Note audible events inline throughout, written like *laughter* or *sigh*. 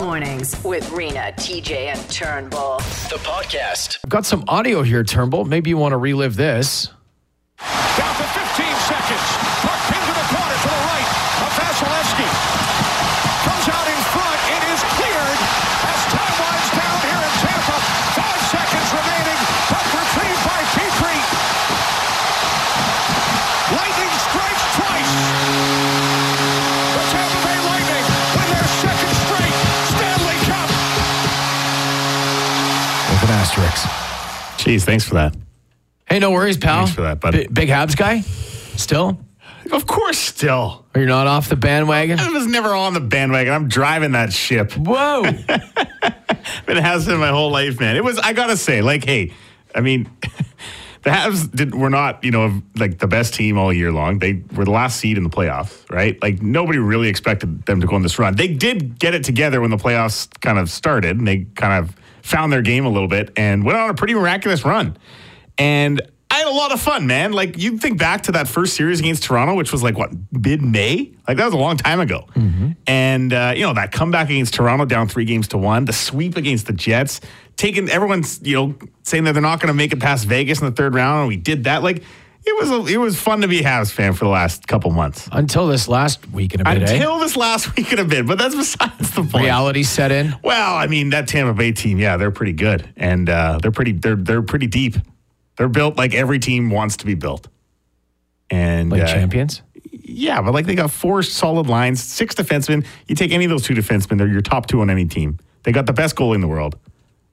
Mornings with Rena, TJ, and Turnbull. The podcast. I've got some audio here, Turnbull. Maybe you want to relive this. Down to 15 seconds. Puck into the corner to the right of Vasilevsky. Comes out in front. It is cleared as time winds down here in Tampa. Five seconds remaining. Puck retrieved by Petrie. Lightning strikes twice. The Tampa Bay Lightning win their second straight Stanley Cup. With an asterisk. Jeez, thanks for that. Hey, no worries, pal. Thanks for that, bud. Bi- big Habs guy? Still? Of course, still. Or you're not off the bandwagon? I was never on the bandwagon. I'm driving that ship. Whoa. It has been my whole life, man. It was. I gotta say, like, hey, I mean, *laughs* the Habs did, were not, you know, like the best team all year long. They were the last seed in the playoffs, right? Like nobody really expected them to go on this run. They did get it together when the playoffs kind of started, and they kind of found their game a little bit and went on a pretty miraculous run. And I had a lot of fun, man. Like you think back to that first series against Toronto, which was like what mid May. Like that was a long time ago. And uh, you know that comeback against Toronto, down three games to one, the sweep against the Jets, taking everyone's you know saying that they're not going to make it past Vegas in the third round, and we did that. Like it was a, it was fun to be a Habs fan for the last couple months *laughs* Until this last week in a bit, eh? until this last *laughs* week in a bit. But that's besides the point. reality set in. Well, I mean that Tampa Bay team, yeah, they're pretty good, and uh, they're pretty they're they're pretty deep. They're built like every team wants to be built, and Like uh, champions. Yeah, but like they got four solid lines, six defensemen. You take any of those two defensemen, they're your top two on any team. They got the best goal in the world.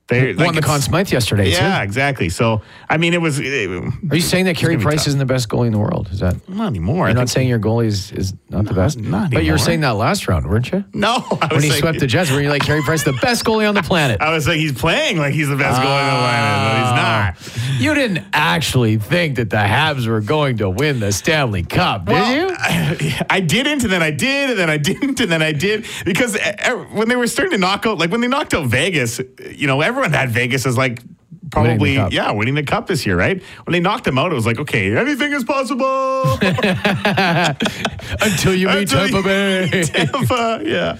They Won the Conn it's- Smythe yesterday, Yeah, exactly. So I mean, it was it- too. Are you saying that Carey gonna be Price tough. isn't the best goalie in the world? Is that. not anymore. I You're not think- saying your goalie is, is not the best? not But you were anymore. saying that last round, weren't you? *laughs* no. I When was he like- swept the Jets, were you like, Carey Price, the best goalie on the planet? I was like, he's playing like he's the best goalie in the Ah. lineup, but he's not. You didn't actually think that the Habs were going to win the Stanley Cup, did Well, you? I, *laughs* I didn't, and then I did, and then I didn't, and then I did. Because e- e- when they were starting to knock out, like when they knocked out Vegas, you know, everyone had Vegas as like probably, cup. yeah, winning the cup this year, right? When they knocked them out, it was like, okay, anything is *laughs* possible. *laughs* Until you meet Until Tampa you Bay. Tampa, Uh, yeah.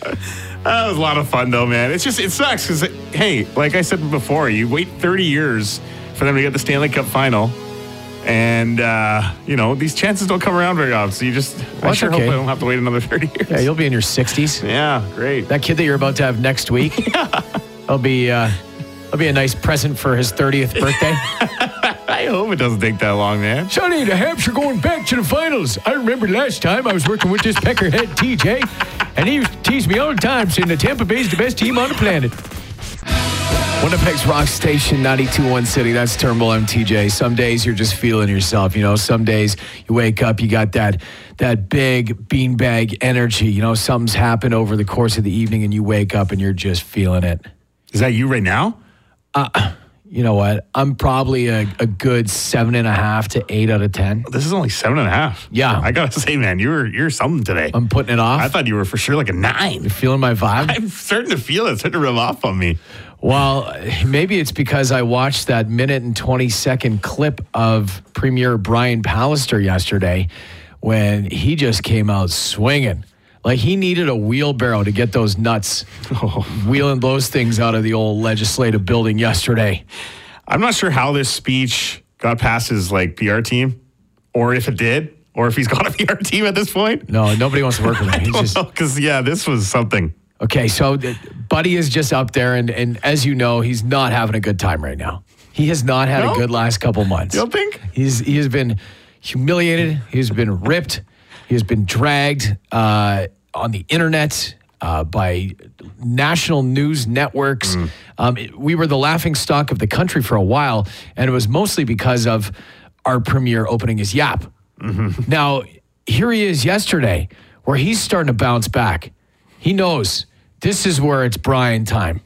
That was a lot of fun, though, man. It's just, it sucks because, hey, like I said before, you wait 30 years for them to get the Stanley Cup final. And, uh, you know, these chances don't come around very often. So you just, I that's sure okay. hope I don't have to wait another *laughs* 30 years. yeah, you'll be in your 60s. Yeah, great. That kid that you're about to have next *laughs* week, that'll be uh, that'll be a nice present for his 30th birthday. I hope it doesn't take that long, man. Sonny, the Habs are going back to the finals. I remember last time I was working with this peckerhead TJ, and he used to tease me all the time saying the Tampa Bay is the best team on the planet. Winnipeg's Rock Station 921 City. That's Turnbull. I'm TJ. Some days you're just feeling yourself. You know, some days you wake up, you got that that big beanbag energy. You know, something's happened over the course of the evening, and you wake up and you're just feeling it. Is that you right now? You know what? I'm probably a, a good seven and a half to eight out of ten. This is only seven and a half. Yeah. I gotta say, man, you were you're something today. I'm putting it off. I thought you were for sure like a nine. feeling my *laughs* vibe? I'm starting to feel it. It's starting to rub off on me. Well, maybe it's because I watched that minute and 20 second clip of Premier Brian Pallister yesterday when he just came out swinging. Like he needed a wheelbarrow to get those nuts, wheeling those things out of the old legislative building yesterday. I'm not sure how this speech got past his like PR team, or if it did, or if he's *laughs* got a PR team at this point. No, nobody wants to work with him. He's *laughs* just Because yeah, this was something. Okay, so th- Buddy is just up there, and, and as you know, he's not having a good time right now. He has not had No? a good last couple months. You don't think? He's, he has been humiliated, he has been ripped, he has been dragged uh, on the internet. Uh, by national news networks. Mm. Um, it- we were the laughing stock of the country for a while, and it was mostly because of our premier opening his yap. Now, here he is yesterday where he's starting to bounce back. He knows this is where it's Brian time.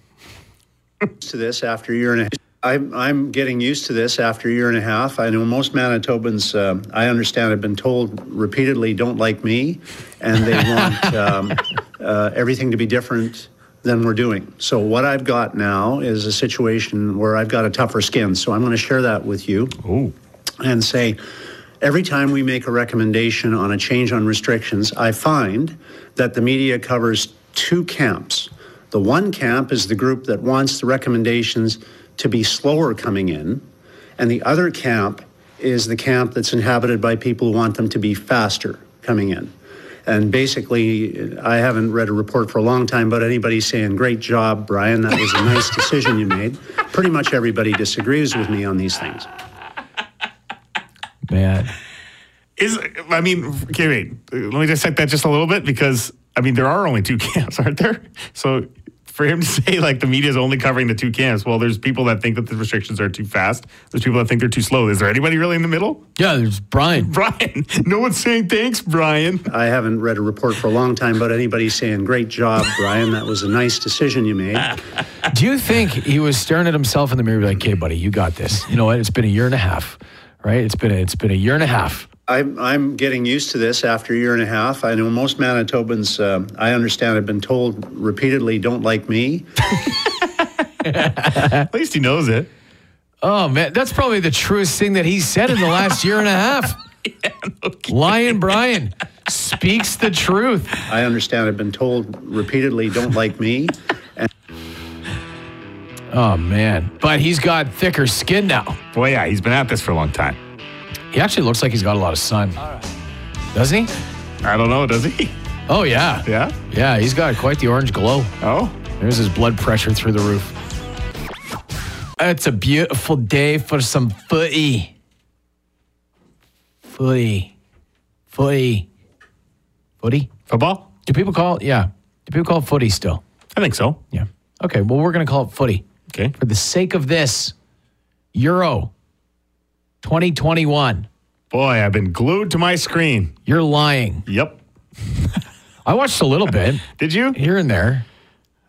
to this after a year and a half. I'm, I'm getting used to this after a year and a half. I know most Manitobans, um, I understand, have been told repeatedly don't like me, and they want um, uh, everything to be different than we're doing. So, what I've got now is a situation where I've got a tougher skin. So, I'm going to share that with you and say, every time we make a recommendation on a change on restrictions, I find that the media covers two camps. The one camp is the group that wants the recommendations to be slower coming in, and the other camp is the camp that's inhabited by people who want them to be faster coming in. And basically, I haven't read a report for a long time about anybody saying, Great job, Brian. That was a nice decision you made. Pretty much everybody disagrees with me on these things. Man. Is I mean, okay, wait. Let me dissect that just a little bit because I mean there are only two *laughs* camps, aren't there? So for him to say like the media is only covering the two camps, well, there's people that think that the restrictions are too fast. There's people that think they're too slow. Is there anybody really in the middle? *laughs* Yeah, there's Brian. Brian, no one's saying thanks, Brian. *laughs* I haven't read a report for a long time about anybody saying, Great job, Brian. That was a nice decision you made. Do you think he was staring at himself in the mirror like, "Okay, buddy, you got this. You know what? It's been a year and a half, right? It's been a, it's been a year and a half. *laughs* I'm, I'm getting used to this after a year and a half. I know most Manitobans, um I understand, have been told repeatedly, don't like me. At least he knows it. Oh man, that's probably the truest thing that he said in the last year and a *laughs* half. Lion Brian speaks the truth. I understand, have been told repeatedly, don't like me. Oh man, but he's got thicker skin now. Well, yeah, he's been at this for a long time. He actually looks like he's got a lot of sun, doesn't he? I don't know, does he? *laughs* Oh yeah, Yeah. yeah. He's got quite the orange glow. Oh. There's his blood pressure through the roof. It's a beautiful day for some footy. Footy. Footy. Footy? Football? Do people call it? Yeah. Do people call it footy still? I think so. Yeah. Okay. Well, we're going to call it footy. Okay. For the sake of this, Euro 2021. Boy, I've been glued to my screen. You're lying. Yep. I watched a little bit Did you? here and there.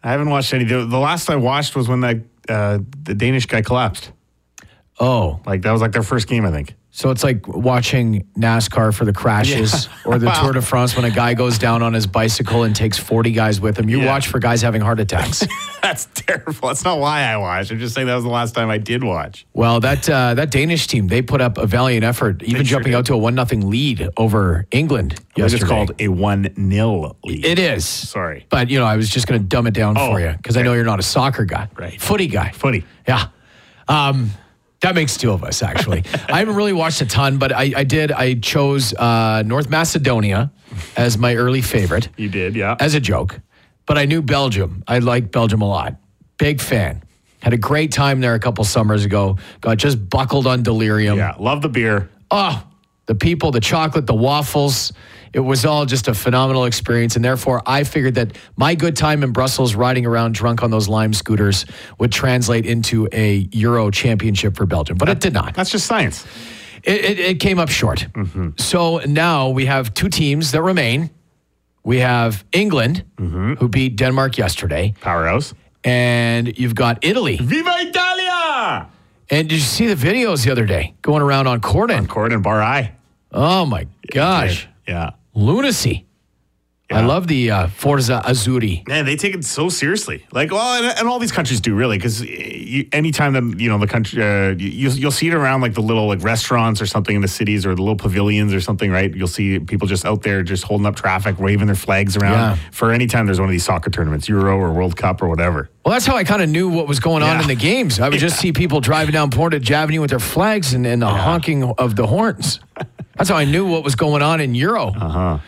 I haven't watched any. The, the last I watched was when that uh, the Danish guy collapsed. Oh, Like that was like their first game, I think. *laughs* So it's like watching NASCAR for the crashes or *laughs* the Tour de France when a guy goes down on his bicycle and takes 40 guys with him. You Yeah. watch for guys having heart *laughs* attacks. That's terrible. That's not why I watched. I'm just saying that was the last time I did watch. well, that uh, that Danish team, they put up a valiant effort, even sure jumping did. out to a 1 nothing lead over England It was yesterday. just called a one 0 lead. It is. Sorry. But, you know, I was just going to dumb it down Oh, for you because I know you're not a soccer guy. Right. Footy guy. Footy. Yeah. Um, that makes two of us, *laughs* actually. I haven't really watched a ton, but I, I did. I chose uh, North Macedonia as my early favorite You did, yeah. as a joke, but I knew Belgium. I like Belgium a lot. Big fan. Had a great time there a couple summers ago. Got just buckled on delirium. yeah, love the beer. Oh, the people, the chocolate, the waffles. It was all just a phenomenal experience. And therefore, I figured that my good time in Brussels riding around drunk on those lime scooters would translate into a Euro championship for Belgium, but it did not. That's just science. It, it, it came up short. So now we have two teams that remain. We have England, who beat Denmark yesterday, Powerhouse. and you've got Italy. Viva Italia! And did you see the videos the other day going around on Corden? Cord and Bar I. Oh my gosh, Yeah. lunacy! I Yeah. love the uh, Forza Azzurri. Man, they take it so seriously. Like, well, and, and all these countries do really, because anytime that you know the country, uh, you, you'll- you'll see it around like the little like restaurants or something in the cities or the little pavilions or something, right? You'll see people just out there just holding up traffic, waving their flags around Yeah. for any time there's one of these soccer tournaments, Euro or World Cup or whatever. Well, that's how I kind of knew what was going on Yeah. in the games. I would just see people driving down Portage Avenue with their flags and, and the honking of the horns. That's how I knew what was going on in Euro. Uh-huh.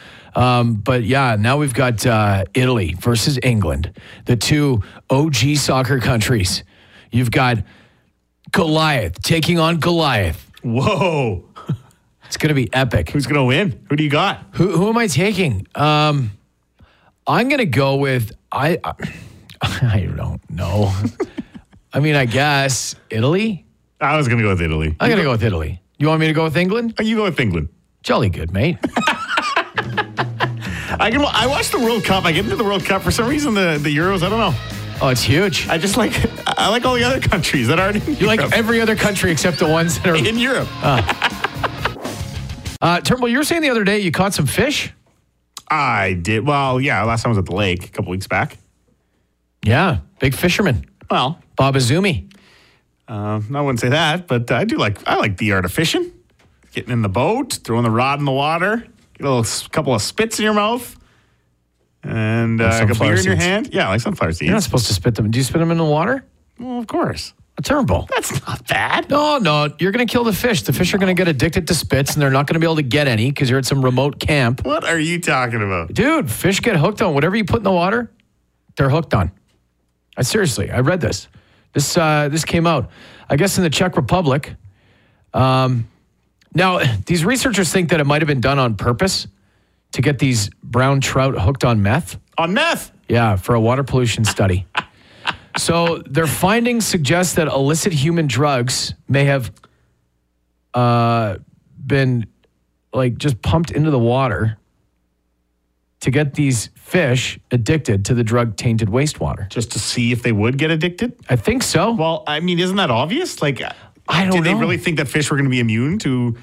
Um, but yeah, now we've got uh, Italy versus England, the two OG soccer countries. You've got Goliath taking on Goliath. Whoa, It's going to be epic. who's gonna win? Who do you got? Who, who am I taking? Um, I'm gonna go with I. I, *laughs* I don't know. I mean, I guess Italy. I was gonna go with Italy. I'm gonna go with Italy. You want me to go with England? Oh, You go with England. Jolly good, mate. I can. I watch the World Cup. I get into the World Cup for some reason. The the Euros. I don't know. Oh, it's huge. I just like. I like all the other countries that aren't. In You like Europe. every other country except the ones that *laughs* are. in Europe. Uh, Turnbull, you were saying the other day you caught some fish. I did. Well, yeah, last time I was at the lake a couple weeks back. Yeah, big fisherman, Well, Bob Azumi. uh, I wouldn't say that, but I do like I like the art of fishing. Getting in the boat, throwing the rod in the water, get a little, s- couple of spits in your mouth, and uh, like a sunflower beer in your seeds. hand. Yeah, like sunflower seeds. You're not supposed to spit them. Do you spit them in the water? well, of course. A turnbull. That's not bad. No, no, you're going to kill the fish. The fish are going to get addicted to spits and they're not going to be able to get any because you're at some remote camp. What are you talking about? Dude, fish get hooked on whatever you put in the water, they're hooked on. I seriously, I read this. This uh, this came out, I guess, in the Czech Republic. Um, now, these researchers think that it might have been done on purpose to get these brown trout hooked on meth. On meth. Yeah, for a water pollution study. so their findings suggest that illicit human drugs may have uh, been like just pumped into the water to get these fish addicted to the drug tainted wastewater. Just to see if they would get addicted. I think so. Well, I mean, isn't that obvious? Like, uh, I don't did they know. really think that fish were going to be immune to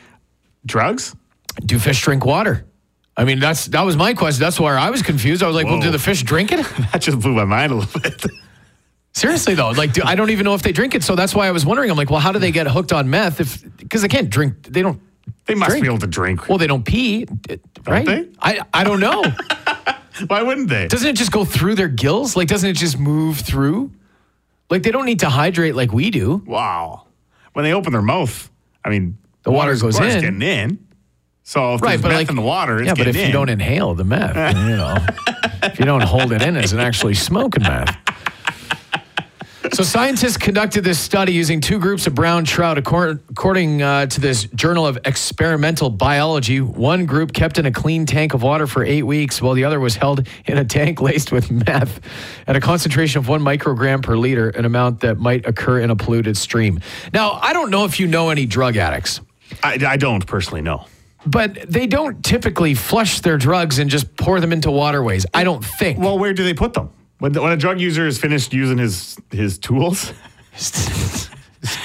drugs? *laughs* do fish drink water? I mean, that's that was my question. That's where I was confused. I was like, well, do Whoa. the fish drink it? *laughs* That just blew my mind a little bit. Seriously though, like do, I don't even know if they drink it. So that's why I was wondering. I'm like, well, how do they get hooked on meth if because they can't drink? They don't. They must Drink. be able to drink. Well, they don't pee, d- right? they? I I don't know. Why wouldn't they? doesn't it just go through their gills? Like, doesn't it just move through? Like, they don't need to hydrate like we do. wow. When they open their mouth, I mean, The water water's- goes water's in. getting in. So if Right, there's but meth like in the water, it's yeah, but getting if in. you don't inhale the meth, then, you *laughs* know, if you don't hold it in, isn't actually smoking meth. So scientists conducted this study using two groups of brown trout. According, according uh, to this Journal of Experimental Biology, one group kept in a clean tank of water for eight weeks, while the other was held in a tank laced with meth at a concentration of one microgram per liter, an amount that might occur in a polluted stream. Now, I don't know if you know any drug addicts I, I don't personally know. but they don't typically flush their drugs and just pour them into waterways. I don't think. Well, where do they put them? When, when a drug user is finished using his his tools, *laughs* *laughs* it's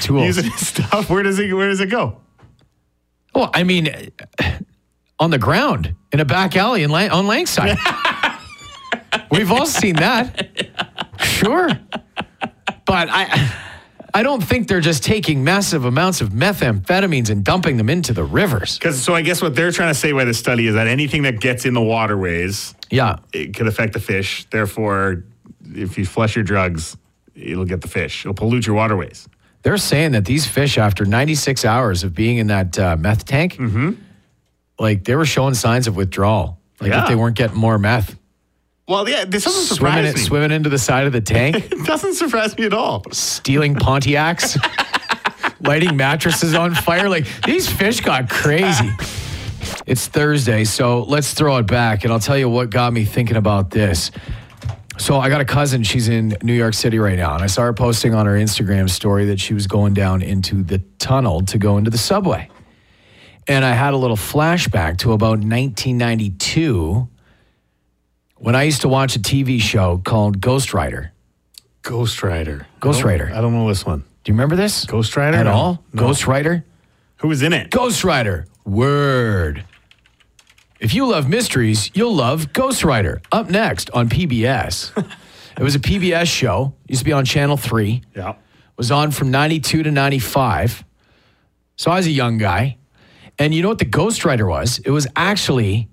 tools. using his stuff, where does it where does it go? Well, I mean, on the ground in a back alley in Lang- on Langside. We've all seen that. Sure, but I, I don't think they're just taking massive amounts of methamphetamines and dumping them into the rivers. Because so I guess what they're trying to say by this study is that anything that gets in the waterways Yeah, it could affect the fish. Therefore, if you flush your drugs, it'll get the fish. It'll pollute your waterways. They're saying that these fish, after 96 hours of being in that uh, meth tank, Mm-hmm. like they were showing signs of withdrawal. Like Yeah. if they weren't getting more meth, Well, yeah, this doesn't swimming, surprise it, me. swimming into the side of the tank, *laughs* It doesn't surprise me at all. stealing Pontiacs, *laughs* lighting mattresses on fire. Like these fish got crazy. It's Thursday, so let's throw it back. And I'll tell you what got me thinking about this. So I got a cousin. She's in New York City right now, and I saw her posting on her Instagram story that she was going down into the tunnel to go into the subway. And I had a little flashback to about 1992 when I used to watch a TV show called Ghost Rider. Ghost Rider. Ghost Rider. I don't know this one. Do you remember this? Ghost Rider? at No. all? No. Ghost Rider. Who was in it? Ghost Rider. Word. If you love mysteries, you'll love Ghost Rider. Up next on PBS. it was a PBS show. Used to be on Channel 3. Yeah. Was on from 92 to 95. So I was a young guy. And you know what the Ghost Rider was? It was actually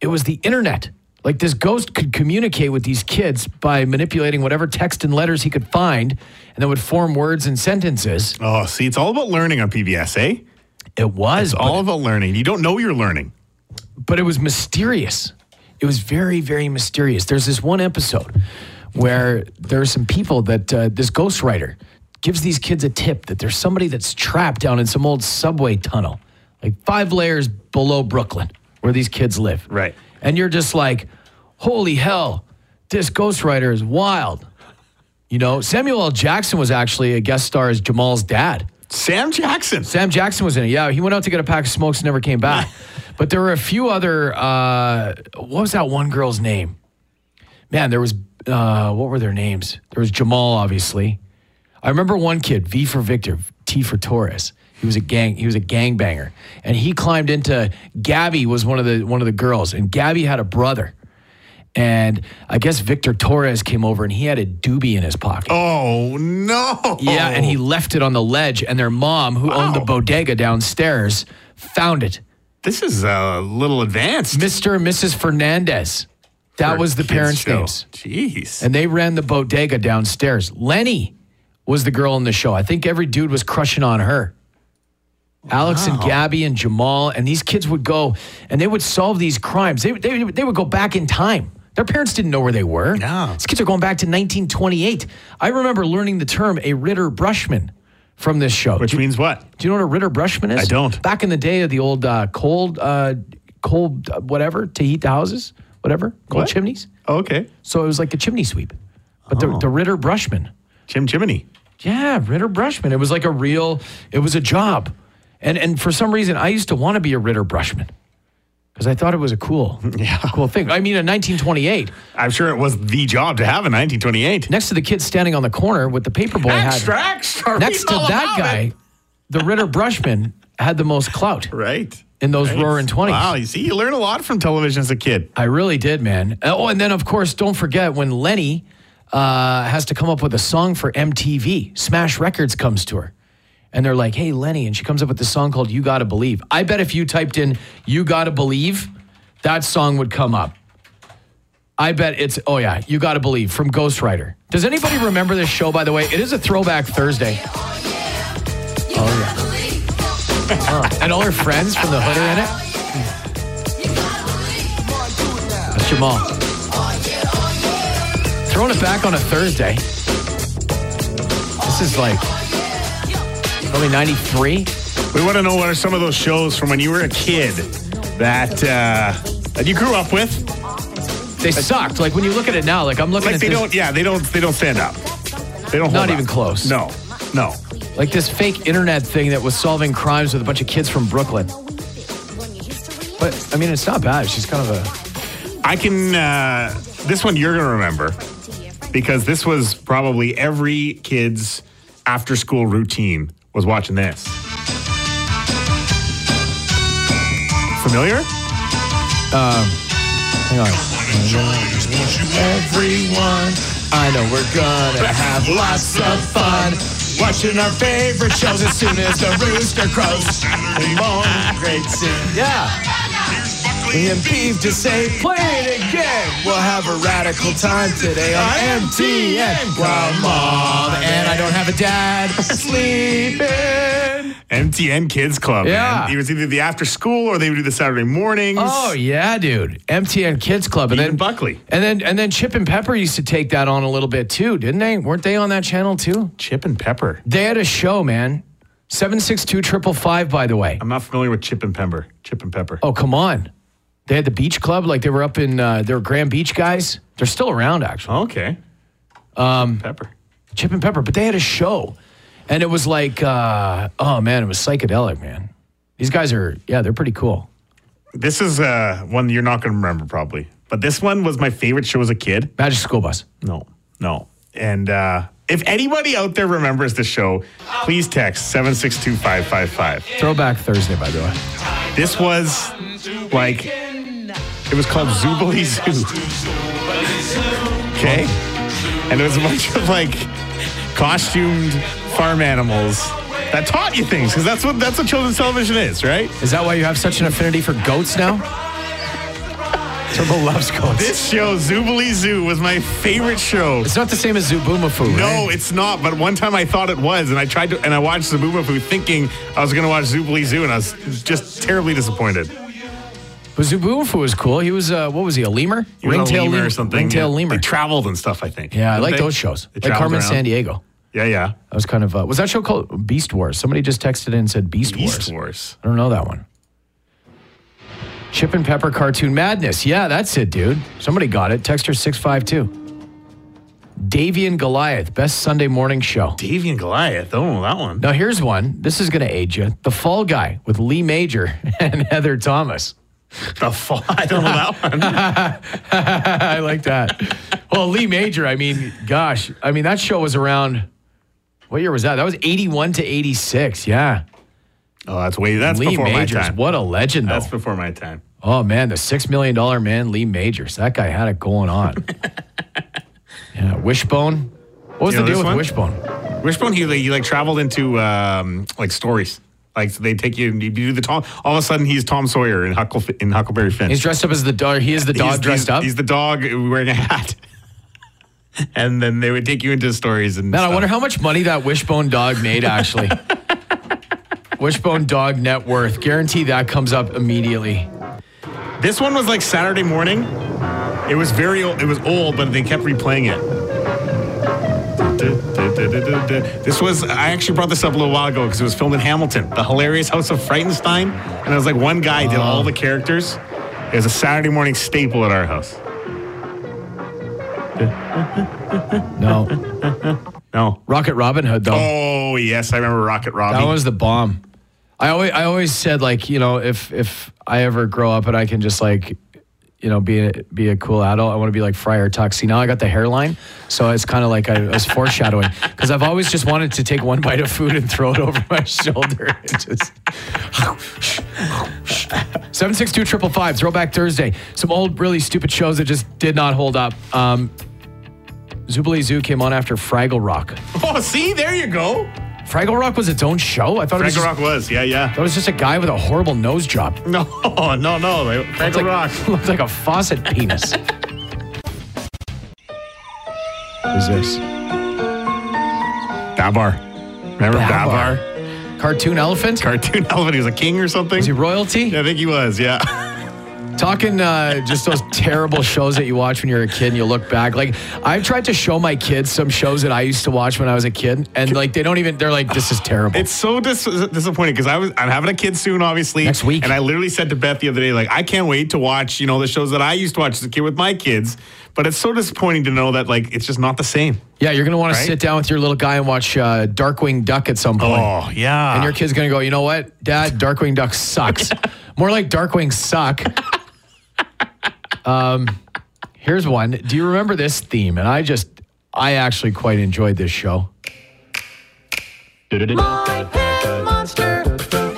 it was the internet. Like this ghost could communicate with these kids by manipulating whatever text and letters he could find and then would form words and sentences. Oh, see, it's all about learning on PBS, eh? It was but All about learning. You don't know you're learning. but it was mysterious. It was very, very mysterious. There's this one episode where there are some people that uh, this ghostwriter gives these kids a tip that there's somebody that's trapped down in some old subway tunnel, like five layers below Brooklyn, where these kids live. Right. And you're just like, holy hell, this ghostwriter is wild. You know, Samuel L. Jackson was actually a guest star as Jamal's dad. Sam Jackson. Sam Jackson was in it. Yeah, he went out to get a pack of smokes and never came back. but there were a few other. Uh, what was that one girl's name? Man, there was. Uh, what were their names? There was Jamal, obviously. I remember one kid, V for Victor, T for Taurus. He was a gang. He was a gangbanger, and he climbed into. Gabby was one of the one of the girls, and Gabby had a brother. And I guess Victor Torres came over, and he had a doobie in his pocket. Oh, no. Yeah, and he left it on the ledge, and their mom, who owned the Oh. Wow. bodega downstairs, found it. This is a little advanced. Mr. and Mrs. Fernandez That for was the kids' parents' show. names. Jeez. And they ran the bodega downstairs. Lenny was the girl in the show. I think every dude was crushing on her. Alex and Gabby and Jamal, and these kids would go and they would solve these crimes. They, they, they would go back in time. Their parents didn't know where they were. No. These kids are going back to 1928. I remember learning the term a Ritter Brushman from this show. Which do, means what? do you know what a Ritter Brushman is? I don't. Back in the day of the old uh, cold, uh, cold uh, whatever to heat the houses, whatever, cold What? chimneys. Oh, okay. So it was like a chimney sweep, but the, Oh. the Ritter Brushman. Jim Jiminy. Yeah, Ritter Brushman. It was like a real. It was a job, and and for some reason I used to want to be a Ritter Brushman because I thought it was a *laughs* cool, cool thing. I mean, in 1928, I'm sure it was the job to have in 1928. next to the kid standing on the corner with the paperboy hat, extra. next to Read all that about guy, it. the Ritter Brushman had the most clout Right. in those Right. roaring 20s. Wow. You see, you learn a lot from television as a kid. I really did, man. Oh, and then of course, don't forget when Lenny uh, has to come up with a song for MTV. Smash Records comes to her, and they're like, "Hey, Lenny," and she comes up with this song called "You Gotta Believe." I bet if you typed in "You Gotta Believe," that song would come up. I bet it's oh yeah, "You Gotta Believe" from Ghost Rider. Does anybody remember this show? By the way, it is a throwback Thursday, *laughs* and all her friends from the hood are in it. That's Jamal. Throwing it back on a Thursday. This is like probably 93. We want to know what are some of those shows from when you were a kid that uh, that you grew up with. They sucked. Like when you look at it now, like I'm looking Like at they this, don't. Yeah, they don't. They don't stand up. They don't. Hold Not up. even close. No. No. like this fake internet thing that was solving crimes with a bunch of kids from Brooklyn. But I mean, it's not bad. She's kind of a I can. Uh, this one you're gonna remember because this was probably every kid's after-school routine was watching this. Familiar? hang on. Everyone I know we're gonna have lots of fun. watching our favorite shows as soon as the rooster crows. Yeah. E and beef to say play it again. We'll have a radical time today on MTN. While mom And I don't have a dad. sleeping. MTN Kids Club. Yeah. Man. It was either the after school or they would do the Saturday mornings. Oh yeah, dude. MTN Kids Club and Ian then Buckley. And then and then Chip and Pepper used to take that on a little bit too, didn't they? Weren't they on that channel too? Chip and Pepper. They had a show, man. 762 555 by the way. I'm not familiar with Chip and Pepper. Chip and Pepper. Oh, come on. They had the beach club like they were up in uh, they were Grand Beach guys. They're still around actually. Okay. Um, Pepper. Chip and Pepper, but they had a show. And it was like uh, oh man, it was psychedelic, man. These guys are yeah, they're pretty cool. This is uh, one you're not going to remember probably, but this one was my favorite show as a kid. Magic School Bus. No, no. And uh, if anybody out there remembers the show, please text 762-555. Throwback Thursday by the way. This was like, it was called Zoobly Zoo. Okay? And it was a bunch of like costumed farm animals that taught you things because that's what that's what children's television is, right? Is that why you have such an affinity for goats now? Turbo loves goats. This show, Zoobly Zoo, was my favorite show. it's not the same as Zubumafu, No, right? it's not. But one time I thought it was, and I tried to, and I watched Zabooba Foo thinking I was going to watch Zoobly Zoo, and I was just terribly disappointed. But Zubumafu was cool. He was, uh, what was he, a lemur? He was a lemur or lem- something. Ringtail yeah. lemur. They traveled and stuff. I think. yeah, I Didn't like they? those shows. They Like traveled Carmen around. San Diego. Yeah, yeah. That was kind of, uh, was that show called Beast Wars? Somebody just texted in and said Beast, Beast Wars. Wars. I don't know that one. Chip and Pepper Cartoon Madness. Yeah, that's it, dude. Somebody got it. Texter 652. Davy and Goliath, best Sunday morning show. Davy and Goliath. Oh, that one. Now here's one. This is going to age you. The Fall Guy with Lee Major *laughs* and Heather Thomas. The fall. *laughs* I don't know that one. *laughs* I like that. well, Lee Major. I mean, gosh. I mean, that show was around. What year was that? That was 81 to 86. Yeah. Oh, that's way. That's Lee before my Majors. time. What a legend, though. That's before my time. oh, man. The $6 million man, Lee Majors. That guy had it going *laughs* on. yeah. Wishbone. What was You know the deal this with one? Wishbone? Wishbone, he, like- he like traveled into um, like stories. Like so they take you and you do the Tom. All of a sudden, he's Tom Sawyer in, Hucklef- in Huckleberry Finn. He's dressed up as the dog. He is the dog He's- dressed he's- up. He's the dog wearing a hat. *laughs* and then they would take you into stories and. Man, I stuff. wonder how much money that Wishbone dog made actually. Wishbone dog net worth. Guarantee that comes up immediately. This one was like Saturday morning. It was very old. It was old, but they kept replaying it. This was, I actually brought this up a little while ago because it was filmed in Hamilton, The Hilarious House of Frightenstein. And it was like one guy did Oh. all the characters. It was a Saturday morning staple at our house. No. No. Rocket Robin Hood though. Oh, yes. I remember Rocket Robbie. That was the bomb. I always I always said like you know if if I ever grow up and I can just like you know be a, be a cool adult I want to be like Friar Tuck. See now I got the hairline, so it's kind of like I was foreshadowing because I've always just wanted to take one bite of food and throw it over *laughs* my shoulder. It just *laughs* seven six two triple five throwback Thursday. Some old really stupid shows that just did not hold up. Um, Zubilee Zoo came on after Fraggle Rock. oh, see, there you go. Fraggle Rock was its own show. I thought it was just- Frank Rock was. Yeah, yeah. that was just a guy with a horrible nose job. No, no, no. Frank Looked Rock. *laughs* like, looked like a faucet penis. Who's this? Babar. Remember Babar. Babar? Cartoon elephant? Cartoon *laughs* elephant. He was a king or something. Is he royalty? I think he was, yeah. *laughs* Talking uh, just those terrible shows that you watch when you're a kid and you look back. Like I've tried to show my kids some shows that I used to watch when I was a kid, and like they don't even. They're like, this is terrible. It's so dis- disappointing because I was I'm having a kid soon, obviously Next week. and I literally said to Beth the other day, like, I can't wait to watch you know the shows that I used to watch as a kid with my kids, but it's so disappointing to know that like it's just not the same. yeah, you're gonna want Right? to sit down with your little guy and watch uh, Darkwing Duck at some point. Oh yeah, And your kid's gonna go, you know what, Dad? Darkwing Duck *laughs* sucks. More like Darkwing suck. um, here's one. Do you remember this theme? And I just, I actually quite enjoyed this show. My pet monster,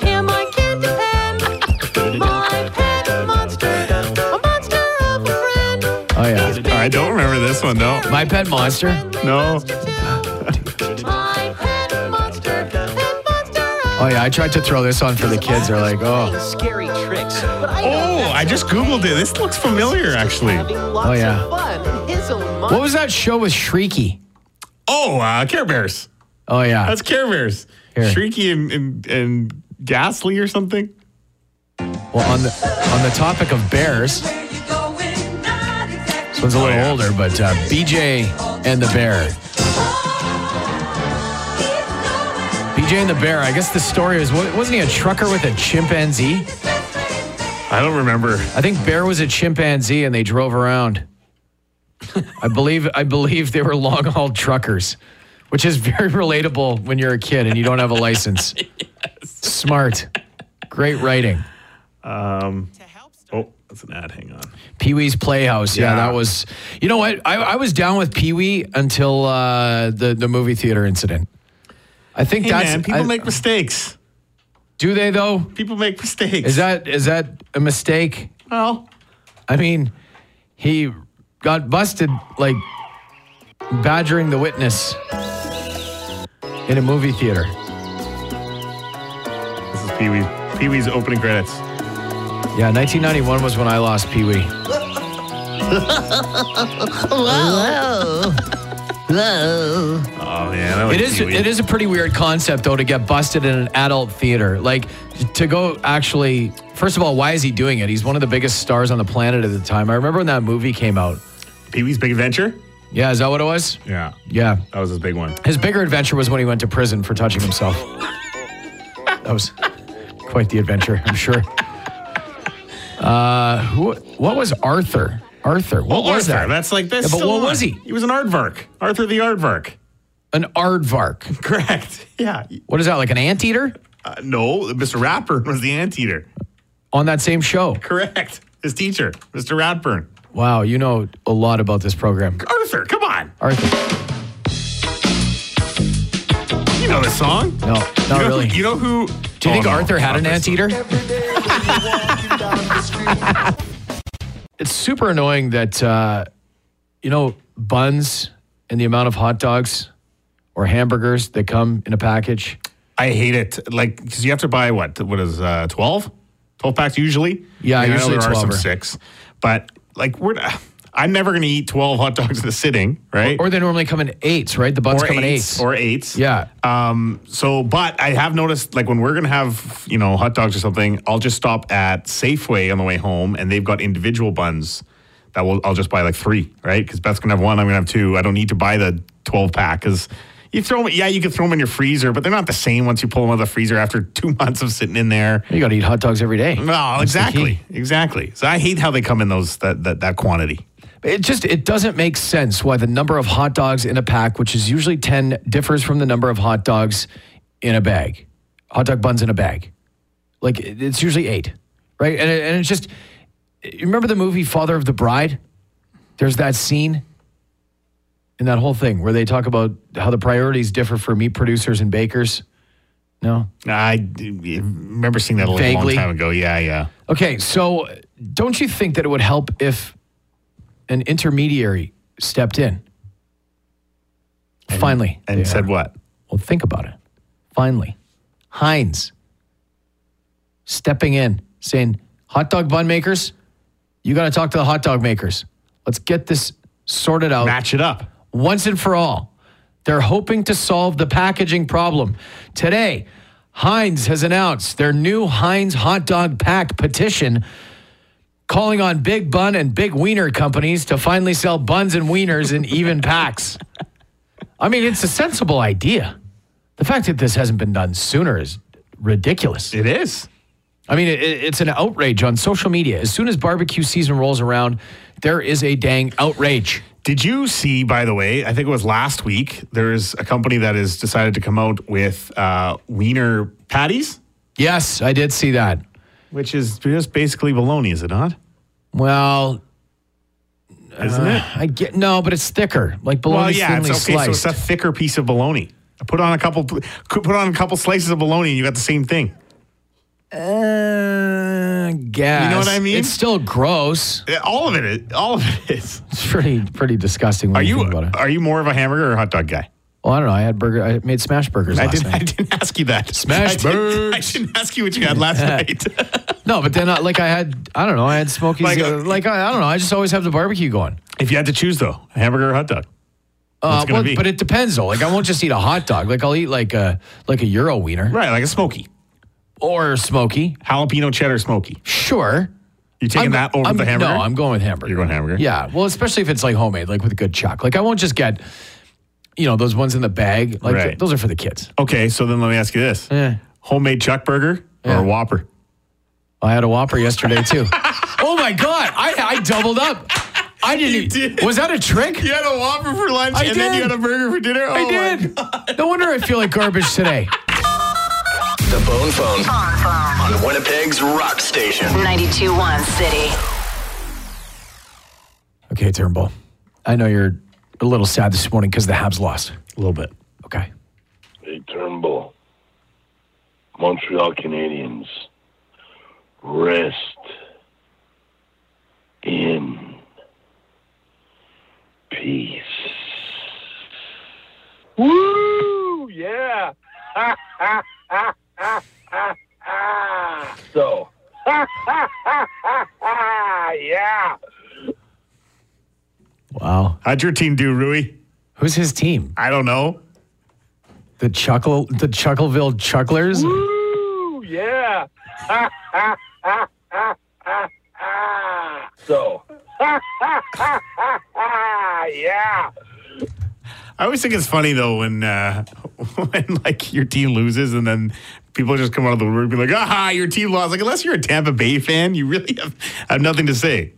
him I can depend. My pet monster, a monster of a friend. Oh yeah, Big I don't remember this one. No, my pet monster. no. My pet monster, pet monster of Oh yeah, I tried to throw this on for the kids. They're like, oh, Scary tricks. Oh, I just googled it. This looks familiar, actually. Oh, yeah. Fun. His own what was that show with Shrieky? Oh, uh, Care Bears. Oh yeah, That's Care Bears. Here. Shrieky and, and and Ghastly or something. well on the on the topic of bears. This one's a little Oh, yeah. older, but uh, BJ and the Bear. BJ and the Bear. I guess the story is wa- wasn't he a trucker with a chimpanzee? I don't remember. I think Bear was a chimpanzee and they drove around. *laughs* I believe I believe they were long haul truckers, which is very relatable when you're a kid and you don't have a *laughs* license. Smart. Great writing. Oh, that's an ad. Hang on. Pee Wee's Playhouse. Yeah. Yeah. that was. You know what? I, I was down with Pee Wee until uh, the the movie theater incident. I think Hey that's. man, people I- make mistakes. do they though? People make mistakes. Is that is that a mistake? well? I mean, he got busted like badgering the witness in a movie theater. This is Pee Wee. Pee Wee's opening credits. Yeah, 1991 was when I lost Pee Wee. Oh man, I like It is Pee-wee. it is a pretty weird concept though to get busted in an adult theater. Like to go actually first of all, why is he doing it? He's one of the biggest stars on the planet at the time. I remember when that movie came out. Pee Wee's Big Adventure. Yeah, is that what it was? Yeah, Yeah. that was his big one. His bigger adventure was when he went to prison for touching himself. that was quite the adventure, I'm sure. Uh who what was Arthur? Arthur. What Oh, Arthur, was that? That's like this. Yeah, but still what on. was he? He was an aardvark. Arthur the aardvark. *laughs* An aardvark. Correct. Yeah. What is that? Like an anteater? Uh, no, Mr. Ratburn was the anteater. On that same show. Correct. His teacher, Mr. Ratburn. Wow, you know a lot about this program. Arthur, come on. Arthur. You know the song. No, you not know really. Who, you know who? Do you Oh, think no, Arthur had an Arthur's- anteater? it's super annoying that, uh, you know, buns and the amount of hot dogs or hamburgers that come in a package. I hate it. Like, because you have to buy what? What is uh, 12? 12 packs usually? Yeah, I mean, I know usually there are some 12 -er. six. But like, we're, I'm never going to eat 12 hot dogs in a sitting, right? Or they normally come in eights, right? The buns Or come in eights. eights. Or eights. yeah. Um, so, but I have noticed like when we're gonna have you know hot dogs or something, I'll just stop at Safeway on the way home, and they've got individual buns that will I'll just buy like three, right? Because Beth's gonna have one, I'm gonna have two. I don't need to buy the twelve pack because you throw them. Yeah, you can throw them in your freezer, but they're not the same once you pull them out of the freezer after *laughs* two months of sitting in there. you got to eat hot dogs every day. No, That's the exactly, key. exactly. So I hate how they come in those that that, that quantity. It just it doesn't make sense why the number of hot dogs in a pack, which is usually 10, differs from the number of hot dogs in a bag. Hot dog buns in a bag. Like it- it's usually 8, right? And it, and it's just you remember the movie Father of the Bride? There's that scene in that whole thing where they talk about how the priorities differ for meat producers and bakers. No. I d- remember seeing that a little long Vaguely. time ago. Yeah, yeah. Okay, so don't you think that it would help if an intermediary stepped in? Finally. And they said are. what? Well, think about it. Finally, Heinz stepping in, saying, Hot dog bun makers, you got to talk to the hot dog makers. Let's get this sorted out Match it up. once and for all. They're hoping to solve the packaging problem. Today, Heinz has announced their new Heinz hot dog pack petition calling on big bun and big wiener companies to finally sell buns and wieners in even packs. I mean, it's a sensible idea. The fact that this hasn't been done sooner is ridiculous. It is. I mean, it, it's an outrage on social media. As soon as barbecue season rolls around, there is a dang outrage. Did you see, by the way, I think it was last week, there's a company that has decided to come out with uh, wiener patties, Yes, I did see that. which is just basically bologna, is it not? Well, Isn't it? I get no, but it's thicker. Like Well, bologna's yeah, it's Uh, thinly okay. sliced. So it's a thicker piece of bologna. Put on a couple, put on a couple slices of bologna, and you got the same thing. uh, guess. You know what I mean? It's still gross. Yeah, Uh, All of it, is, all of it is. It's pretty pretty disgusting. When Are you, you think about it? are you more of a hamburger or hot dog guy? Well, I don't know. I had burger. I made smash burgers I last didn't. *laughs* I night. didn't ask you that. Smash I didn't, I burgers. didn't ask you what you *laughs* had last night. No, but then I, like I had, I don't know. I had Smokies. Like, Like, uh, like I, I don't know. I just always have the barbecue going. if you had to choose though, hamburger or hot dog? Uh, it gonna be? But it depends though. Like I won't just eat a hot dog. Like I'll eat like a like a Euro wiener Right, like a smoky. or smoky. jalapeno cheddar smoky. Sure. You're taking I'm- that over I'm- the hamburger? No, I'm going with hamburger. You're going hamburger? Yeah. Well, especially if it's like homemade, like with good chalk. Like I won't just get, you know, those ones in the bag. Like Right. those are for the kids. Okay, so then let me ask you this: Yeah. homemade chuck burger Yeah. or a Whopper? I had a Whopper yesterday *laughs* too. oh my god, I I doubled up. I didn't. eat- did. Was that a *laughs* trick? You had a Whopper for lunch, I and then you did. had a burger for dinner. Oh I did. No wonder I feel like garbage today. The Bone Phone on Winnipeg's Rock Station. 92.1 City. Okay, Turnbull. I know you're a little sad this morning because the Habs lost. A little bit. Okay. Hey, Turnbull. Montreal Canadiens. Rest in peace. Woo! Yeah! so. yeah! Wow. How'd your team do, Rui? Who's his team? I don't know. The Chuckle, the Chuckleville Chucklers. Woo! Yeah! so. yeah! I always think it's funny though when uh, *laughs* when like your team loses and then people just come out of the woodwork and be like, "Aha, your team lost!" Like unless you're a Tampa Bay fan, you really have, have nothing to say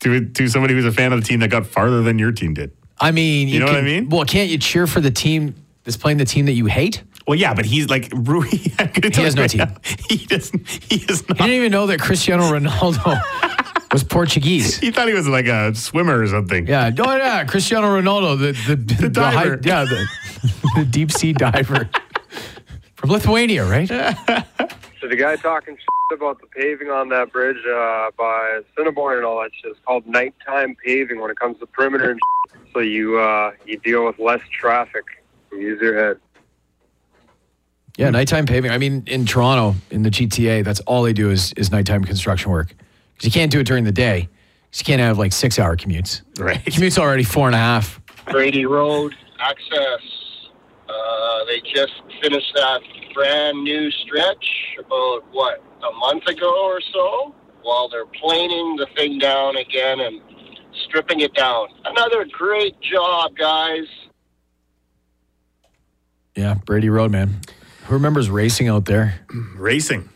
to to somebody who's a fan of the team that got farther than your team did. I mean, you, know what I can- mean? Well, can't you cheer for the team that's playing the team that you hate? Well, yeah, but he's like *laughs* Rui. I'm gonna tell has you no right team. now, *laughs* he doesn't. He is You not. didn't even know that *laughs* Cristiano Ronaldo was Portuguese. He thought he was like a swimmer or something. Yeah, no, yeah, Cristiano Ronaldo, the the, the, high- diver. yeah, the, *laughs* the deep sea diver from Lithuania, right? So the guy talking shit about the paving on that bridge uh, by Cinnabon and all that shit is called nighttime paving when it comes to perimeter and shit. So you uh, you deal with less traffic. You use your head. Yeah, nighttime paving. I mean, in Toronto, in the GTA, that's all they do is is nighttime construction work because you can't do it during the day. 'cause you can't have like six hour commutes. Right, commutes already four and a half. Brady Road access. Uh, they just finished that brand new stretch about what a month ago or so. While they're planing the thing down again and stripping it down. Another great job, guys. Yeah, Brady Road, man. Who remembers racing out there? Racing.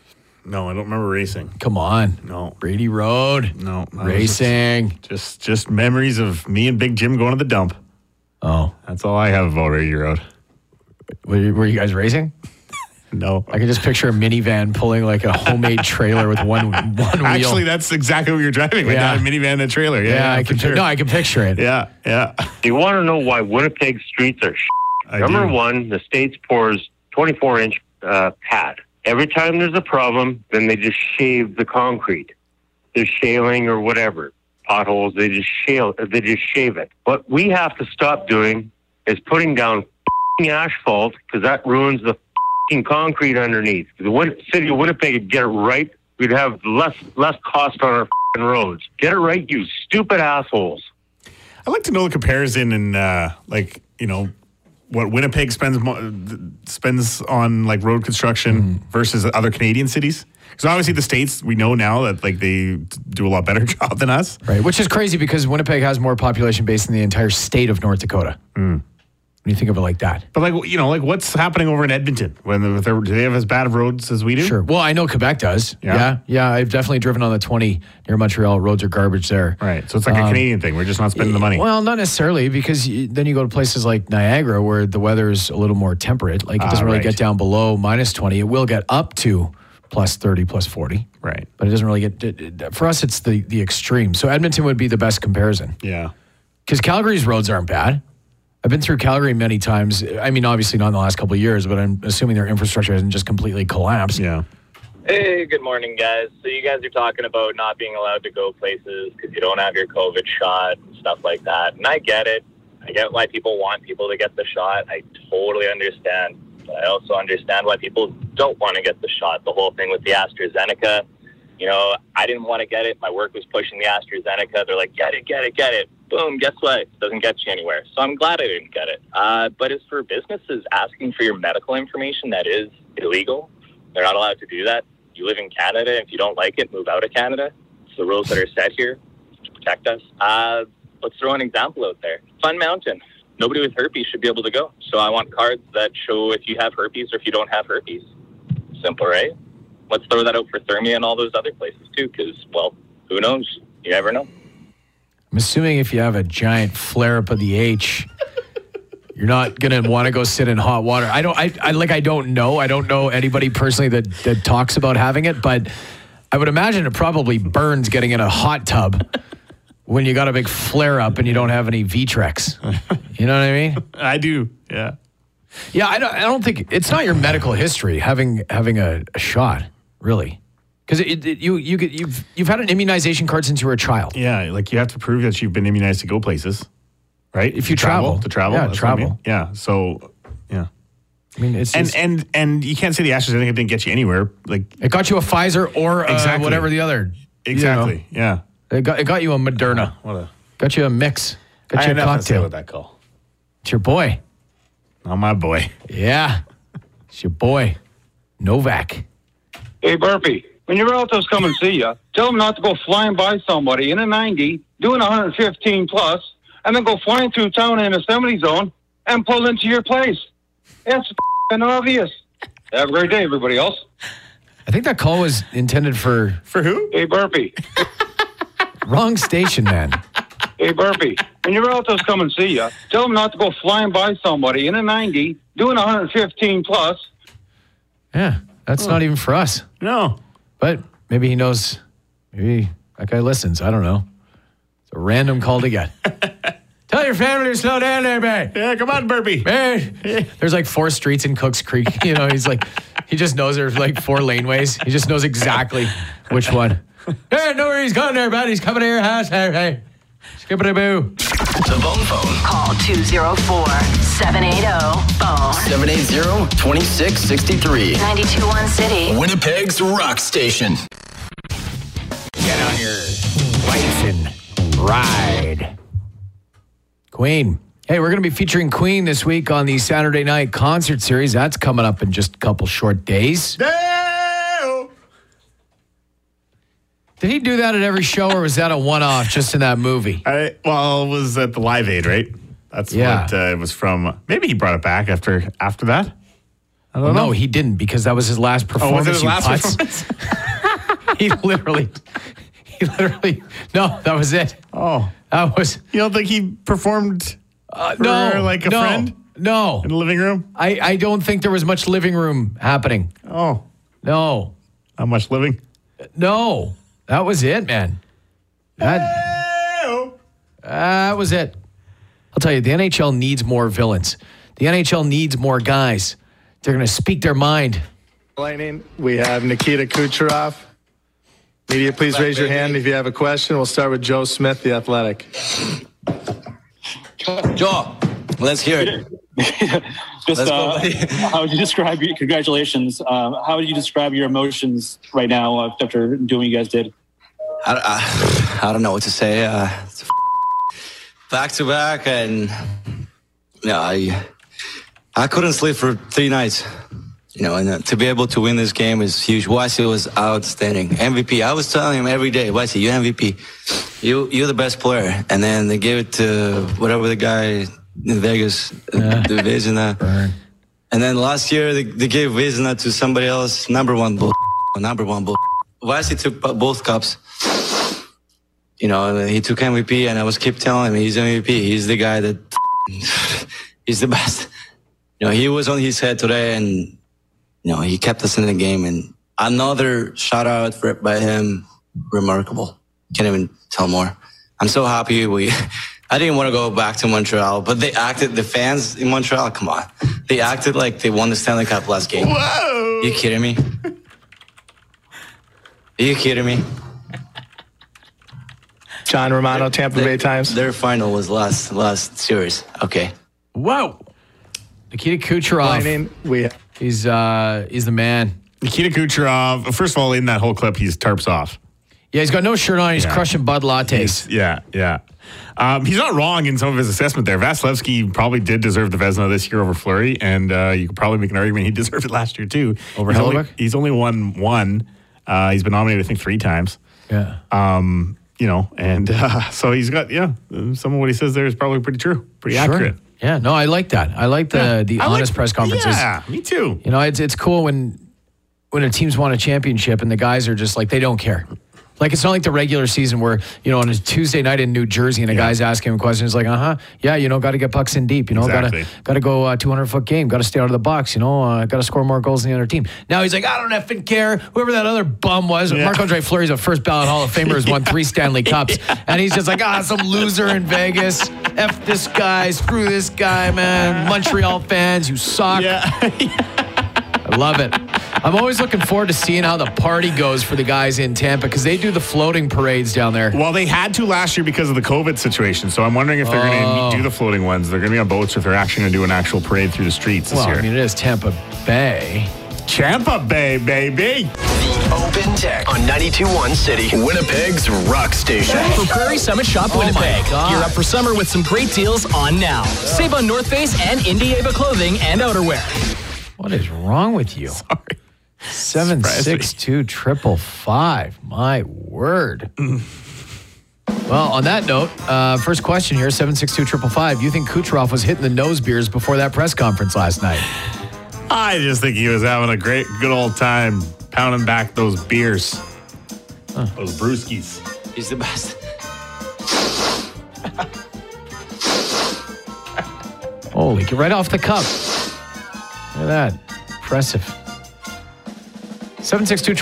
No, I don't remember racing. Come on. No. Brady Road. No. that was Racing. Just, just just memories of me and Big Jim going to the dump. Oh. That's all I have about Brady Road. Were you, were you guys racing? No. I can just picture a minivan pulling like a *laughs* homemade trailer with one one wheel. Actually, that's exactly what you're driving right Yeah. now, a minivan and a trailer. Yeah, yeah, I for can. pic- sure. No, I can picture it. Yeah, yeah. You want to know why Winnipeg streets are I shit? Number do. one, the states pours 24 inch uh, pad. Every time there's a problem, then they just shave the concrete. They're shaling or whatever potholes. They just shale. They just shave it. What we have to stop doing is putting down f***ing asphalt because that ruins the f***ing concrete underneath. The Win- city of Winnipeg would get it right. We'd have less less cost on our f***ing roads. Get it right, you stupid assholes. I'd like to know the comparison in, uh, like, you know, what Winnipeg spends mo- th- spends on like road construction Mm-hmm. versus other Canadian cities. Because obviously the states we know now that like they do a lot better *laughs* job than us. Right, which is crazy because Winnipeg has more population base than the entire state of North Dakota. Hmm. When you think of it like that. But like you know, like what's happening over in Edmonton? When they're, do they have as bad of roads as we do? Sure. Well, I know Quebec does. Yeah. Yeah. yeah. I've definitely driven on the 20 near Montreal. Roads are garbage there. Right. So it's like a Um, Canadian thing. We're just not spending the money. Well, not necessarily because you, then you go to places like Niagara where the weather's a little more temperate. Like it Ah, doesn't really right. get down below minus 20. It will get up to plus 30, plus 40. Right. But it doesn't really get, it- it- for us, it's the, the extreme. So Edmonton would be the best comparison. Yeah. because Calgary's roads aren't bad. I've been through Calgary many times. I mean, obviously not in the last couple of years, but I'm assuming their infrastructure hasn't just completely collapsed. Yeah. Hey, good morning, guys. So you guys are talking about not being allowed to go places because you don't have your COVID shot and stuff like that, and I get it. I get why people want people to get the shot. I totally understand. But I also understand why people don't want to get the shot. The whole thing with the AstraZeneca. You know, I didn't want to get it. My work was pushing the AstraZeneca. They're like, get it, get it, get it. Boom, guess what? Doesn't get you anywhere. So I'm glad I didn't get it. Uh, but as for businesses asking for your medical information, that is illegal. They're not allowed to do that. You live in Canada. If you don't like it, move out of Canada. It's the rules that are set here to protect us. Uh, let's throw an example out there. Fun Mountain. Nobody with herpes should be able to go. So I want cards that show if you have herpes or if you don't have herpes. Simple, right? Let's throw that out for Thermia and all those other places too, because, well, who knows? You never know. I'm assuming if you have a giant flare up of the H, you're not gonna want to go sit in hot water. I don't. I, I like. I don't know. I don't know anybody personally that that talks about having it, but I would imagine it probably burns getting in a hot tub when you got a big flare up and you don't have any Vtrex. You know what I mean? I do. Yeah. Yeah, I don't. I don't think it's not your medical history having having a, a shot really, because it, it, you you get you've you've had an immunization card since you were a child. Yeah, like you have to prove that you've been immunized to go places, right? If you travel. to travel, Yeah, that's what I mean. travel. Yeah, so yeah, I mean, it's and just- and and you can't say the AstraZeneca didn't get you anywhere. Like it got you a Pfizer or uh, whatever the other you Exactly. Yeah. know. it got it got you a Moderna, What a got you a mix, I got had you a nothing to say cocktail. about that call. It's your boy. Not Oh, my boy. Yeah, it's your boy, Novak. Hey, Burpee, when your relatives come and see you, tell them not to go flying by somebody in a 90, doing 115 plus, and then go flying through town in a 70 zone and pull into your place. It's f***ing obvious. Have a great day, everybody else. I think that call was intended for for who? Hey, Burpee. Wrong station, *laughs* man. Hey, Burpee, when your relatives come and see you, tell them not to go flying by somebody in a 90, doing 115 plus. Yeah, that's not even for us. No. But maybe he knows. Maybe that guy listens. I don't know. It's a random call to *laughs* get. Tell your family to slow down there, man. Yeah, come on, Burpee. Man, there's like four streets in Cooks Creek. *laughs* You know, he's like, he just knows there's like four laneways. He just knows exactly which one. Hey, no worries, he's going there, buddy. He's coming to your house. Hey, hey. Skippity boo. Call 204 780-BONE. 780-2663. 921 City. Winnipeg's Rock Station. Get on your bison ride. Queen. Hey, we're going to be featuring Queen this week on the Saturday night concert series. That's coming up in just a couple short days. Did he do that at every show, or was that a one-off just in that movie? I, well, it was at the Live Aid, right? That's Yeah. what uh, it was from. Maybe he brought it back after after that. I don't no, know. he didn't because that was his last Oh, performance. was it his you last putz. performance? he literally, *laughs* he literally, no, that was it. Oh, that was. You don't think he performed? Uh, for, no, like a no, friend? No, in the living room. I I don't think there was much living room happening. Oh, no, not much living. No, that was it, man. That that was it. I'll tell you, the NHL needs more villains. The NHL needs more guys. They're going to speak their mind. Lightning, we have Nikita Kucherov. Media, please raise your hand if you have a question. We'll start with Joe Smith, the athletic. Joe, let's hear it. Just Let's go, uh, *laughs* how would you describe your congratulations? Uh, how would you describe your emotions right now uh, after doing what you guys did? I, I, I don't know what to say. Uh, it's a back to back, and yeah, I I couldn't sleep for three nights. You know, and uh, to be able to win this game is huge. Wesley was outstanding. MVP. I was telling him every day, Wesley, you MVP. You you're the best player. And then they gave it to whatever the guy in Vegas, uh, the Vezina. And then last year they, they gave Vezina to somebody else. Number one bull. Number one bull. Wesley took bo- both cups. You know, and he took MVP, and I was keep telling him he's MVP. He's the guy that he's the best. You know, he was on his head today, and you know he kept us in the game. And another shout out for, by him, remarkable. Can't even tell more. I'm so happy we. *laughs* I didn't want to go back to Montreal, but they acted the fans in Montreal. Come on, they acted like they won the Stanley Cup last game. Whoa! You kidding me? Are you kidding me? John Romano, Tampa Bay Times. Their final was last last series. Okay. Whoa. Nikita Kucherov. we he's uh he's the man. Nikita Kucherov. First of all, in that whole clip, he's tarps off. Yeah, he's got no shirt on. He's Yeah. crushing Bud Lattes. He's- yeah, yeah. Um, he's not wrong in some of his assessment there. Vasilevsky probably did deserve the Vesna this year over Flurry, and uh, you could probably make an argument he *laughs* deserved it last year too. Over he's only, Hellebuck? he's only won one. Uh, he's been nominated, I think, three times. Yeah. Um, you know, and *laughs* uh, so he's got yeah. Some of what he says there is probably pretty true, pretty Sure. accurate. Yeah, no, I like that. I like the the I like- honest press conferences. Yeah, me too. You know, it's it's cool when when a team's won a championship and the guys are just like they don't care. Like it's not like the regular season where you know on a Tuesday night in New Jersey and a guy's asking him questions like, uh huh, yeah, you know, got to get pucks in deep, you know, Exactly. got to got to go uh, 200 foot game, got to stay out of the box, you know, uh, got to score more goals than the other team. Now he's like, I don't effing care. Whoever that other bum was, Yeah. Marc Andre Fleury's a first ballot Hall of Famer, has won three Stanley Cups, and he's just like, ah, some loser in Vegas. F this guy, screw this guy, man. Montreal fans, you suck. *laughs* I love it. I'm always looking forward to seeing how the party goes for the guys in Tampa because they do the floating parades down there. Well, they had to last year because of the COVID situation. So I'm wondering if they're going to do the floating ones. They're going to be on boats, or if they're actually going to do an actual parade through the streets this Well, year. I mean, it is Tampa Bay. Tampa Bay, baby. Open Tech on 921 City. Winnipeg's Rock Station. For Prairie Summit Shop Oh my Winnipeg, God. gear up for summer with some great deals on now. Save on North Face and Indieva clothing and outerwear. What is wrong with you? Sorry. Seven six two triple five. My word. Well, on that note, uh, first question here: seven six two triple five. You think Kucherov was hitting the nose beers before that press conference last night? *laughs* I just think he was having a great, good old time pounding back those beers, those brewskis. He's the best. Holy, get right off the cup. Look at that. Impressive. 762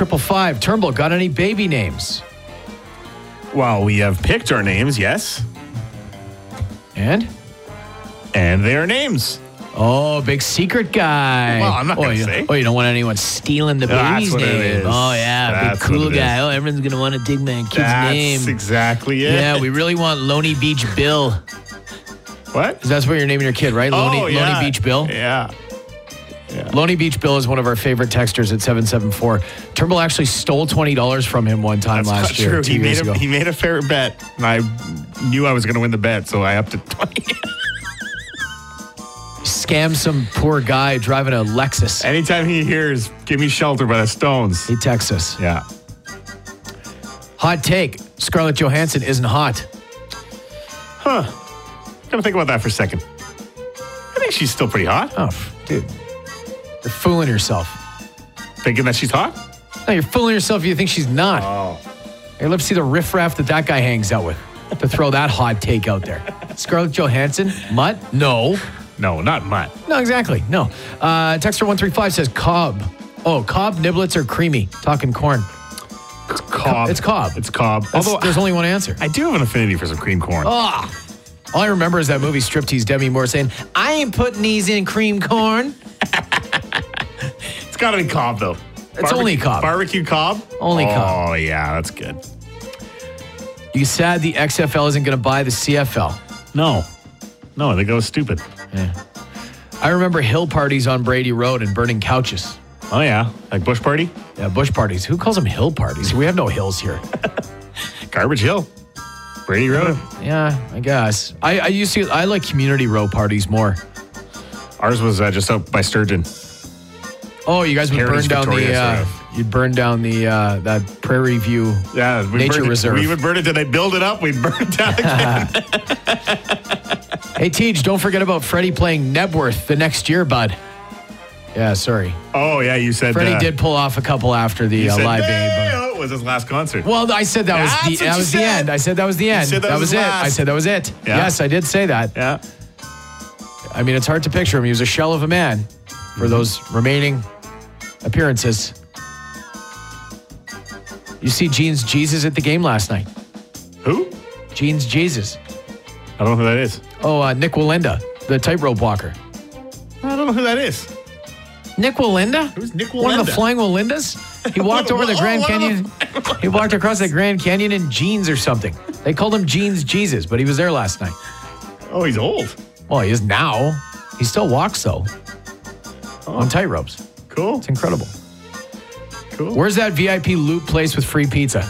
Turnbull, got any baby names? Well, we have picked our names, yes. And? And their names. Oh, big secret guy. Well, I'm not oh, gonna you, say. Oh, you don't want anyone stealing the No, that's baby's what it name. is. Oh, yeah, That's big cool what it guy. is. Oh, everyone's gonna want to dig my kid's That's name. exactly it. Yeah, we really want Loney Beach Bill. What? That's what you're naming your kid, right? Loney, Oh, Loney yeah. Beach Bill? Yeah. Loney Beach Bill is one of our favorite texters at 774. Turnbull actually stole $20 from him one time last Not year. true. two He made years a ago. he made a fair bet, and I knew I was going to win the bet, so I upped it *laughs* twenty. Scam some poor guy driving a Lexus. Anytime he hears "Give Me Shelter" by the Stones, he texts us. Yeah. Hot take Scarlett Johansson isn't hot. Huh. Gotta think about that for a second. I think she's still pretty hot. Oh, f- dude. You're fooling yourself. Thinking that she's hot? No, you're fooling yourself if you think she's not. Oh. Hey, let's see the riffraff that that guy hangs out with to throw that hot take out there. Scarlett Johansson, mutt? No. No, not mutt. No, exactly. No. Uh, texter 135 says cob. Oh, cob niblets are creamy. Talking corn. It's cob. It's cob. It's cob. That's- there's only one answer. I do have an affinity for some cream corn. Ah. All I remember is that movie Striptease Demi Moore saying, I ain't putting these in cream corn. It's got to be cob though. It's only cob. Barbecue cob. Only oh, cob. Oh yeah, that's good. You sad the XFL isn't going to buy the CFL. No. No, I think that was stupid. I remember hill parties on Brady Road and burning couches. Oh yeah, like bush party. Yeah, bush parties. Who calls them hill parties? We have no hills here. Garbage Hill, Brady Road. Yeah, I guess. I, I used to. I like community row parties more. Ours was uh, just out by Sturgeon. Oh, you guys would Heritage burn down the. Victoria, Uh, you'd burn down the uh, that Prairie View. Yeah, we Nature burned it- reserve. We would burn it till they build it up. We'd burn it down *laughs* again. Hey, Teej, don't forget about Freddie playing Nebworth the next year, bud. Yeah, sorry. oh yeah, you said Freddie uh, did pull off a couple after the You uh, said, live aid. "Hey-oh," was his last concert. Well, I said that That's was the what that you was the said. end. I said that was the end. said that was it. his last. I said that was it. Yeah. Yes, I did say that. Yeah. I mean, it's hard to picture him. He was a shell of a man for those remaining appearances. You see Gene's Jesus at the game last night. Who? Gene's Jesus. I don't know who that is. Oh, uh, Nick Walenda, the tightrope walker. I don't know who that is. Nick Walinda? Who's Nick One of the Walinda? flying *laughs* Walindas? He walked over the Oh, Grand one of Canyon. He walked across the Grand Canyon in jeans or something. They called him Jeans Jesus, but he was there last night. Oh, he's old. Well, he is now. He still walks though. Oh. On tightropes. Cool. It's incredible. Cool. Where's that VIP lube place with free pizza?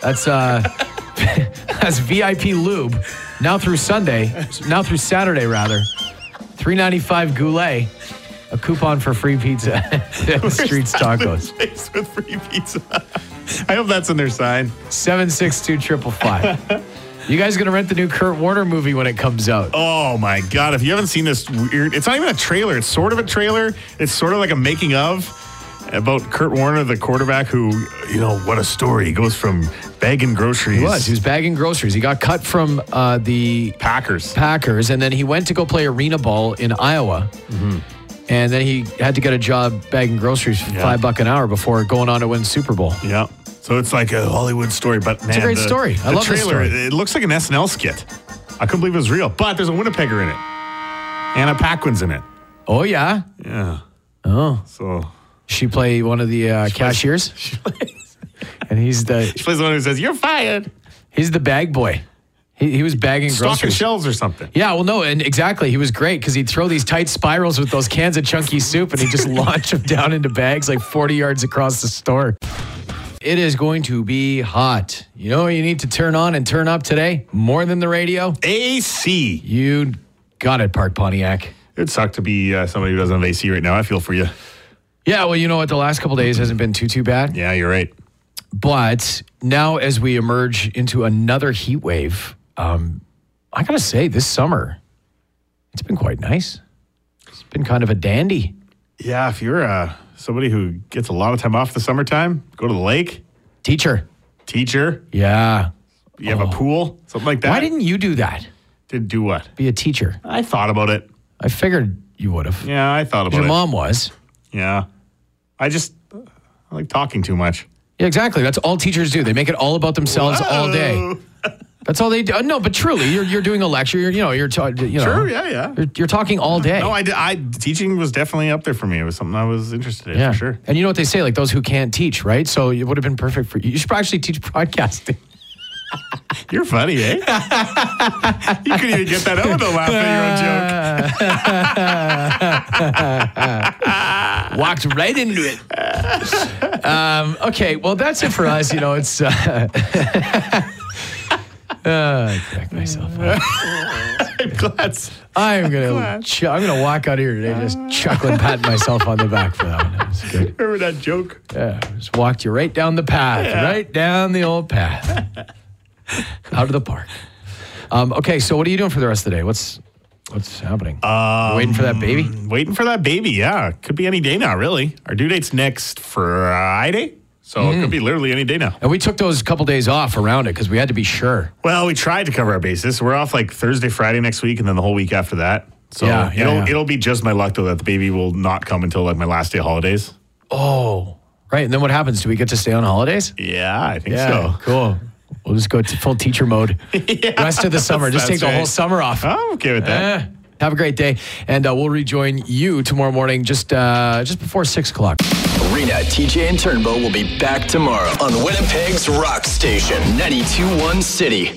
That's uh *laughs* that's VIP lube. Now through Sunday, now through Saturday rather. 395 goulet, a coupon for free pizza *laughs* at the Where's *laughs* Streets that Tacos. loose face with free pizza. *laughs* I hope that's in their sign. Seven six two triple five. You guys gonna rent the new Kurt Warner movie when it comes out? Oh my god! If you haven't seen this weird, it's not even a trailer. It's sort of a trailer. It's sort of like a making of about Kurt Warner, the quarterback, who you know what a story. He goes from bagging groceries. He was. He was bagging groceries. He got cut from uh, the Packers. Packers, and then he went to go play arena ball in Iowa. And then he had to get a job bagging groceries for Yeah. five buck an hour before going on to win Super Bowl. Yeah. So it's like a Hollywood story, but man, a great story. I the love this trailer, story. It looks like an SNL skit. I couldn't believe it was real. But there's a Winnipegger in it. Anna Paquin's in it. Oh yeah. Yeah. Oh, So she play one of the uh, cashiers, and he's the she plays the one who says, "You're fired." he's the bag boy. He, he was bagging Stocking groceries. shelves or something. Yeah, well, no, and exactly. He was great because he'd throw these tight spirals with those cans of chunky soup and he'd just *laughs* launch them down into bags like 40 yards across the store. It is going to be hot. You know what you need to turn on and turn up today? More than the radio? AC. You got it, Park Pontiac. It'd suck to be uh, somebody who doesn't have AC right now. I feel for you. Yeah, well, you know what? The last couple days hasn't been too, too bad. Yeah, you're right. But now, as we emerge into another heat wave, um, I gotta say, this summer, it's been quite nice. It's been kind of a dandy. Yeah, if you're uh, somebody who gets a lot of time off the summertime, go to the lake. Teacher. Teacher. Yeah. You have a pool, something like that. Oh. Why didn't you do that? Did do what? Be a teacher. I thought about it. I figured you would have. Yeah, I thought about Your it. mom was. Yeah. I just I like talking too much. Yeah, exactly. That's all teachers do. They make it all about themselves all Uh, day. That's all they do. Uh, No, but truly, you're you're doing a lecture. You're you know you're ta- you know. Sure, yeah, yeah. You're, you're talking all Uh-huh. day. No, I, did, I teaching was definitely up there for me. It was something I was interested in yeah, for sure. And you know what they say, *laughs* like those who can't teach, right? So it would have been perfect for you. You should actually teach broadcasting. You're funny, *laughs* eh? you couldn't even get that out without laughing at your own joke. Walked right into it. *laughs* Um, okay, well, that's it for us. You know, it's. Uh, *laughs* uh, I cracked myself up. I'm Uh. *laughs* glad. I'm gonna, ch- I'm gonna walk out of here today just Ah. chuckling, patting myself on the back for that one. That was good. Remember that joke? Yeah, just walked you right down the path, Yeah. right down the old *laughs* path, out of the park. Um, okay, so what are you doing for the rest of the day? What's what's happening? Um, Waiting for that baby? Waiting for that baby. Yeah, could be any day now. Really, our due date's next Friday, so it Mm. could be literally any day now. And we took those couple days off around it because we had to be sure. Well, we tried to cover our bases. We're off like Thursday, Friday next week, and then the whole week after that. So Yeah, yeah, it'll yeah. it'll be just my luck though that the baby will not come until like my last day of holidays. Oh, right. And then what happens? Do we get to stay on holidays? Yeah, I think Yeah, so. cool. We'll just go to full teacher *laughs* mode. Rest of the summer, just take That's the whole right. summer off. I'm okay with that. Eh, have a great day, and uh, we'll rejoin you tomorrow morning, just uh, just before six o'clock. Rena, TJ, and Turnbow will be back tomorrow on Winnipeg's Rock Station, 921 City.